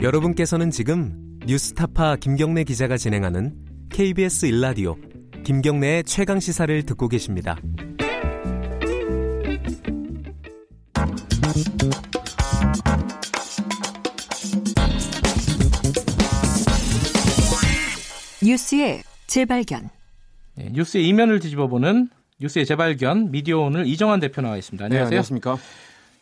여러분께서는 지금 뉴스타파 김경래 기자가 진행하는 KBS 일라디오 김경래의 최강 시사를 듣고 계십니다. 뉴스의 재발견. 네, 뉴스의 이면을 뒤집어보는 뉴스의 재발견 미디어 오늘 이정환 대표 나와 있습니다. 네, 안녕하세요. 안녕하십니까?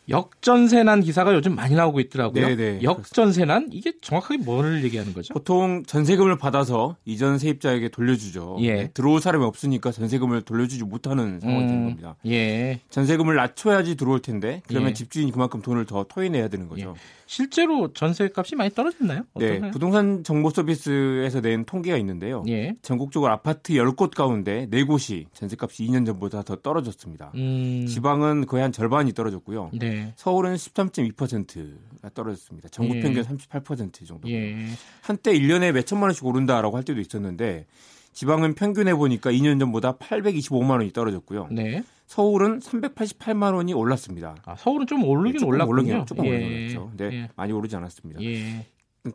역전세난 기사가 요즘 많이 나오고 있더라고요. 네, 네. 역전세난 이게 정확하게 뭘 얘기하는 거죠? 보통 전세금을 받아서 이전 세입자에게 돌려주죠. 예. 네, 들어올 사람이 없으니까 전세금을 돌려주지 못하는 상황이 되는 음, 겁니다. 예. 전세금을 낮춰야지 들어올 텐데 그러면 예. 집주인이 그만큼 돈을 더 토해내야 되는 거죠. 실제로 전세값이 많이 예. 떨어졌나요? 네, 어떤가요? 부동산 정보 서비스에서 낸 통계가 있는데요. 예. 전국적으로 아파트 10곳 가운데 4곳이 전세값이 2년 전보다 더 떨어졌습니다. 음, 지방은 거의 한 절반이 떨어졌고요. 네. 서울은 13.2%가 떨어졌습니다. 전국 예. 평균 38% 정도. 예. 한때 1년에 몇천만 원씩 오른다라고 할 때도 있었는데 지방은 평균해 보니까 2년 전보다 825만 원이 떨어졌고요. 네. 서울은 388만 원이 올랐습니다. 아, 서울은 좀 오르긴 네, 조금 올랐군요. 올랐긴- 조금 예. 올랐죠. 네. 근데 예. 많이 오르지 않았습니다. 예.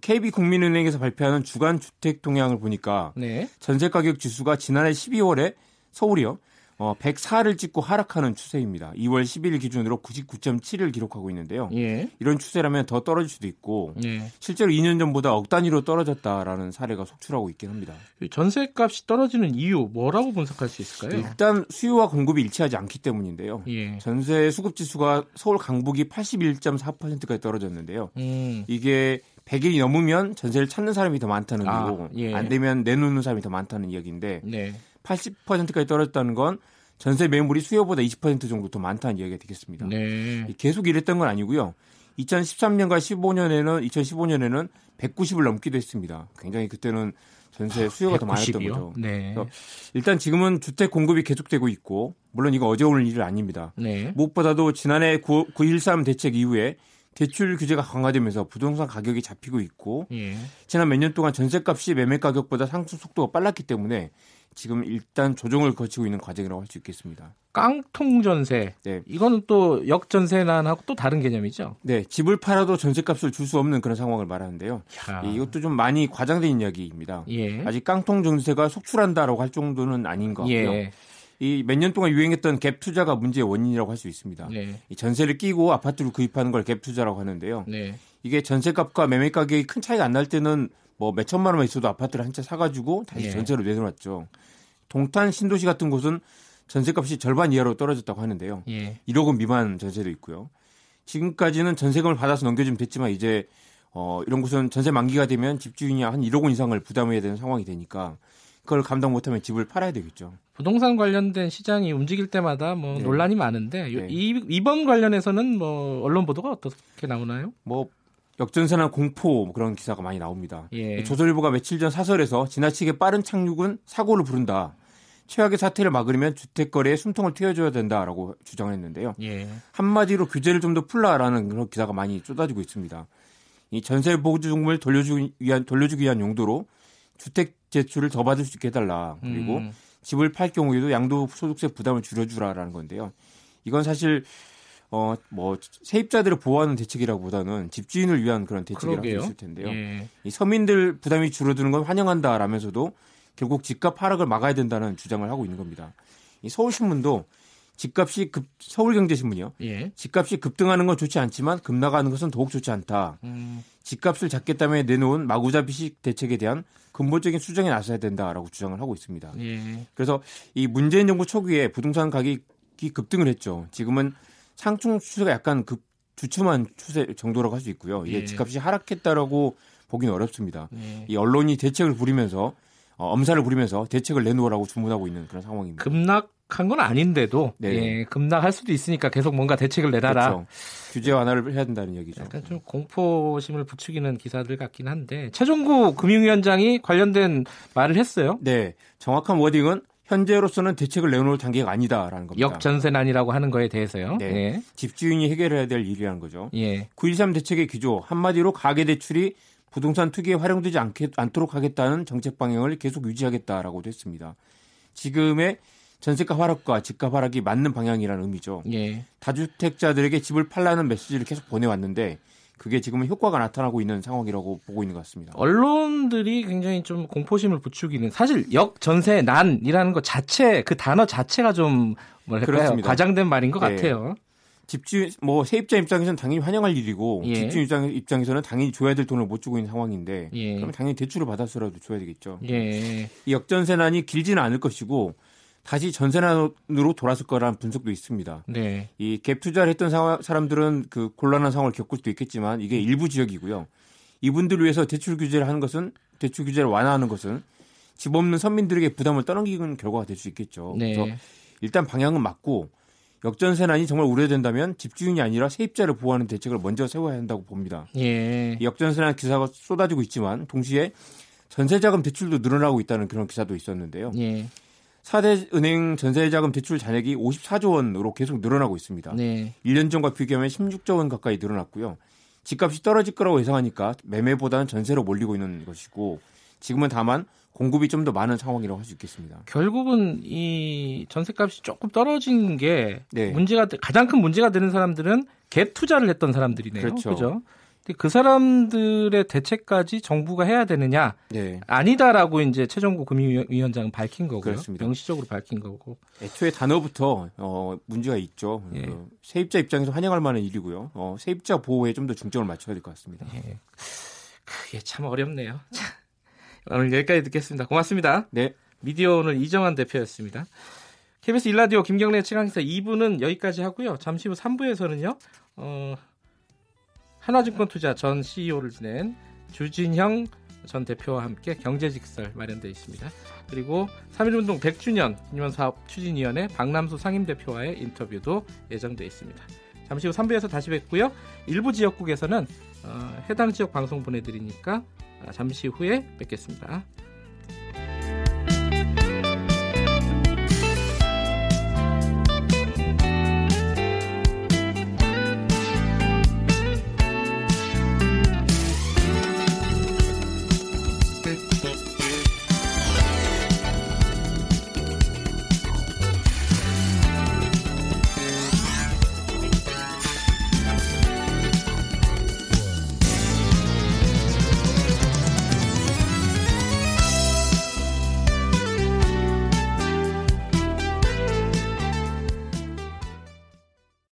KB 국민은행에서 발표하는 주간 주택 동향을 보니까 네. 전세 가격 지수가 지난해 12월에 서울이요. 어, 104를 찍고 하락하는 추세입니다. 2월 10일 기준으로 99.7을 기록하고 있는데요. 예. 이런 추세라면 더 떨어질 수도 있고 예. 실제로 2년 전보다 억 단위로 떨어졌다라는 사례가 속출하고 있긴 합니다. 전세값이 떨어지는 이유 뭐라고 분석할 수 있을까요? 일단 수요와 공급이 일치하지 않기 때문인데요. 네. 예. 전세 수급 지수가 서울 강북이 81.4%까지 떨어졌는데요. 음. 이게 100일이 넘으면 전세를 찾는 사람이 더 많다는 아, 거고 예. 안 되면 내놓는 사람이 더 많다는 이야기인데 네. 80%까지 떨어졌다는 건 전세 매물이 수요보다 20% 정도 더 많다는 이야기가 되겠습니다. 네. 예, 계속 이랬던 건 아니고요. 2013년과 15년에는 2015년에는 190을 넘기도 했습니다. 굉장히 그때는 아, 전세 수요가 더 많았던 190이요? 거죠. 네. 그래서 일단 지금은 주택 공급이 계속되고 있고 물론 이거 어제 오늘 일은 아닙니다. 네. 무엇보다도 지난해 9, 9.13 대책 이후에 대출 규제가 강화되면서 부동산 가격이 잡히고 있고 예. 지난 몇 년 동안 전세값이 매매 가격보다 상승 속도가 빨랐기 때문에 지금 일단 조정을 거치고 있는 과정이라고 할 수 있겠습니다. 깡통 전세. 네. 이거는 또 역전세난하고 또 다른 개념이죠. 네, 집을 팔아도 전세값을 줄 수 없는 그런 상황을 말하는데요. 야. 예, 이것도 좀 많이 과장된 이야기입니다. 아. 예. 아직 깡통 전세가 속출한다라고 할 정도는 아닌 것 같고요. 예. 이 몇 년 동안 유행했던 갭 투자가 문제의 원인이라고 할 수 있습니다. 네. 이 전세를 끼고 아파트를 구입하는 걸 갭 투자라고 하는데요. 네. 이게 전세값과 매매 가격이 큰 차이가 안 날 때는 뭐 몇 천만 원만 있어도 아파트를 한 채 사가지고 다시 예. 전세로 내놓았죠. 동탄 신도시 같은 곳은 전세값이 절반 이하로 떨어졌다고 하는데요. 예. 1억 원 미만 전세도 있고요. 지금까지는 전세금을 받아서 넘겨주면 됐지만 이제 어, 이런 곳은 전세 만기가 되면 집주인이 한 1억 원 이상을 부담해야 되는 상황이 되니까 그걸 감당 못하면 집을 팔아야 되겠죠. 부동산 관련된 시장이 움직일 때마다 뭐 네. 논란이 많은데 요- 네. 이, 이번 관련해서는 뭐 언론 보도가 어떻게 나오나요? 뭐 역전세나 공포 뭐 그런 기사가 많이 나옵니다. 예. 조선일보가 며칠 전 사설에서 지나치게 빠른 착륙은 사고를 부른다. 최악의 사태를 막으려면 주택 거래에 숨통을 트여줘야 된다라고 주장했는데요. 예. 한마디로 규제를 좀 더 풀라라는 그런 기사가 많이 쏟아지고 있습니다. 이 전세 보증금을 돌려주기 위한 돌려주기 위한 용도로 주택 제출을 더 받을 수 있게 해달라. 그리고 음. 집을 팔 경우에도 양도소득세 부담을 줄여주라라는 건데요. 이건 사실 어 뭐 세입자들을 보호하는 대책이라기보다는 집주인을 위한 그런 대책이라고 할 그러게요. 수 있을 텐데요. 예. 이 서민들 부담이 줄어드는 건 환영한다라면서도 결국 집값 하락을 막아야 된다는 주장을 하고 있는 겁니다. 이 서울신문도 집값이 급 서울경제신문이요. 예. 집값이 급등하는 건 좋지 않지만 급나가는 것은 더욱 좋지 않다. 음. 집값을 잡겠다며 내놓은 마구잡이식 대책에 대한 근본적인 수정에 나서야 된다라고 주장을 하고 있습니다. 예. 그래서 이 문재인 정부 초기에 부동산 가격이 급등을 했죠. 지금은 상승 추세가 약간 급 주춤한 추세 정도라고 할 수 있고요. 이게 예. 집값이 하락했다라고 보기는 어렵습니다. 예. 이 언론이 대책을 부리면서 어, 엄살을 부리면서 대책을 내놓으라고 주문하고 있는 그런 상황입니다. 급락한 건 아닌데도 네. 예. 급락할 수도 있으니까 계속 뭔가 대책을 내놔라. 그렇죠. 규제 완화를 해야 된다는 얘기죠. 약간 좀 공포심을 부추기는 기사들 같긴 한데 최종구 금융위원장이 관련된 말을 했어요. 네, 정확한 워딩은 현재로서는 대책을 내놓을 단계가 아니다라는 겁니다. 역전세난이라고 하는 거에 대해서요. 네. 집주인이 해결해야 될 일이라는 거죠. 예. 예. 9.13 대책의 기조 한마디로 가계 대출이 부동산 투기에 활용되지 않게, 않도록 하겠다는 정책 방향을 계속 유지하겠다라고도 했습니다. 지금의 전세가 하락과 집값 하락이 맞는 방향이라는 의미죠. 예. 다주택자들에게 집을 팔라는 메시지를 계속 보내왔는데 그게 지금은 효과가 나타나고 있는 상황이라고 보고 있는 것 같습니다. 언론들이 굉장히 좀 공포심을 부추기는 사실 역전세 난이라는 것 자체 그 단어 자체가 좀 뭐랄까요 그렇습니다. 과장된 말인 것 예. 같아요. 집주 뭐 세입자 입장에서는 당연히 환영할 일이고 예. 집주 입장 입장에서는 당연히 줘야 될 돈을 못 주고 있는 상황인데 예. 그럼 당연히 대출을 받아서라도 줘야 되겠죠. 예. 이 역전세난이 길지는 않을 것이고 다시 전세난으로 돌아설 거라는 분석도 있습니다. 네. 이 갭 투자를 했던 상황- 사람들은 그 곤란한 상황을 겪을 수도 있겠지만 이게 일부 지역이고요. 이분들을 위해서 대출 규제를 하는 것은 대출 규제를 완화하는 것은 집 없는 선민들에게 부담을 떠넘기는 결과가 될 수 있겠죠. 그래서 네. 일단 방향은 맞고 역전세난이 정말 우려된다면 집주인이 아니라 세입자를 보호하는 대책을 먼저 세워야 한다고 봅니다. 예. 이 역전세난 기사가 쏟아지고 있지만 동시에 전세자금 대출도 늘어나고 있다는 그런 기사도 있었는데요. 예. 4대 은행 전세자금 대출 잔액이 54조 원으로 계속 늘어나고 있습니다. 네. 1년 전과 비교하면 16조 원 가까이 늘어났고요. 집값이 떨어질 거라고 예상하니까 매매보다는 전세로 몰리고 있는 것이고 지금은 다만 공급이 좀 더 많은 상황이라고 할 수 있겠습니다. 결국은 이 전세값이 조금 떨어진 게 네. 문제가 가장 큰 문제가 되는 사람들은 갭 투자를 했던 사람들이네요. 그렇죠. 그죠? 근데 그 사람들의 대책까지 정부가 해야 되느냐 네. 아니다라고 이제 최종구 금융위원장은 밝힌 거고요. 그렇습니다. 명시적으로 밝힌 거고. 애초에 단어부터 어, 문제가 있죠. 예. 어, 세입자 입장에서 환영할 만한 일이고요. 어, 세입자 보호에 좀 더 중점을 맞춰야 될 것 같습니다. 그게 참 어렵네요. 자, 오늘 여기까지 듣겠습니다. 고맙습니다. 네. 미디어 오늘 이정환 대표였습니다. KBS 일라디오 김경래 최강시사 2부는 여기까지 하고요. 잠시 후 3부에서는요. 어, 하나증권투자 전 CEO를 지낸 주진형 전 대표와 함께 경제직설 마련되어 있습니다. 그리고 3.1운동 100주년 기념사업 추진위원회 박남수 상임대표와의 인터뷰도 예정되어 있습니다. 잠시 후 3부에서 다시 뵙고요. 일부 지역국에서는 어, 해당 지역 방송 보내드리니까 아, 잠시 후에 뵙겠습니다.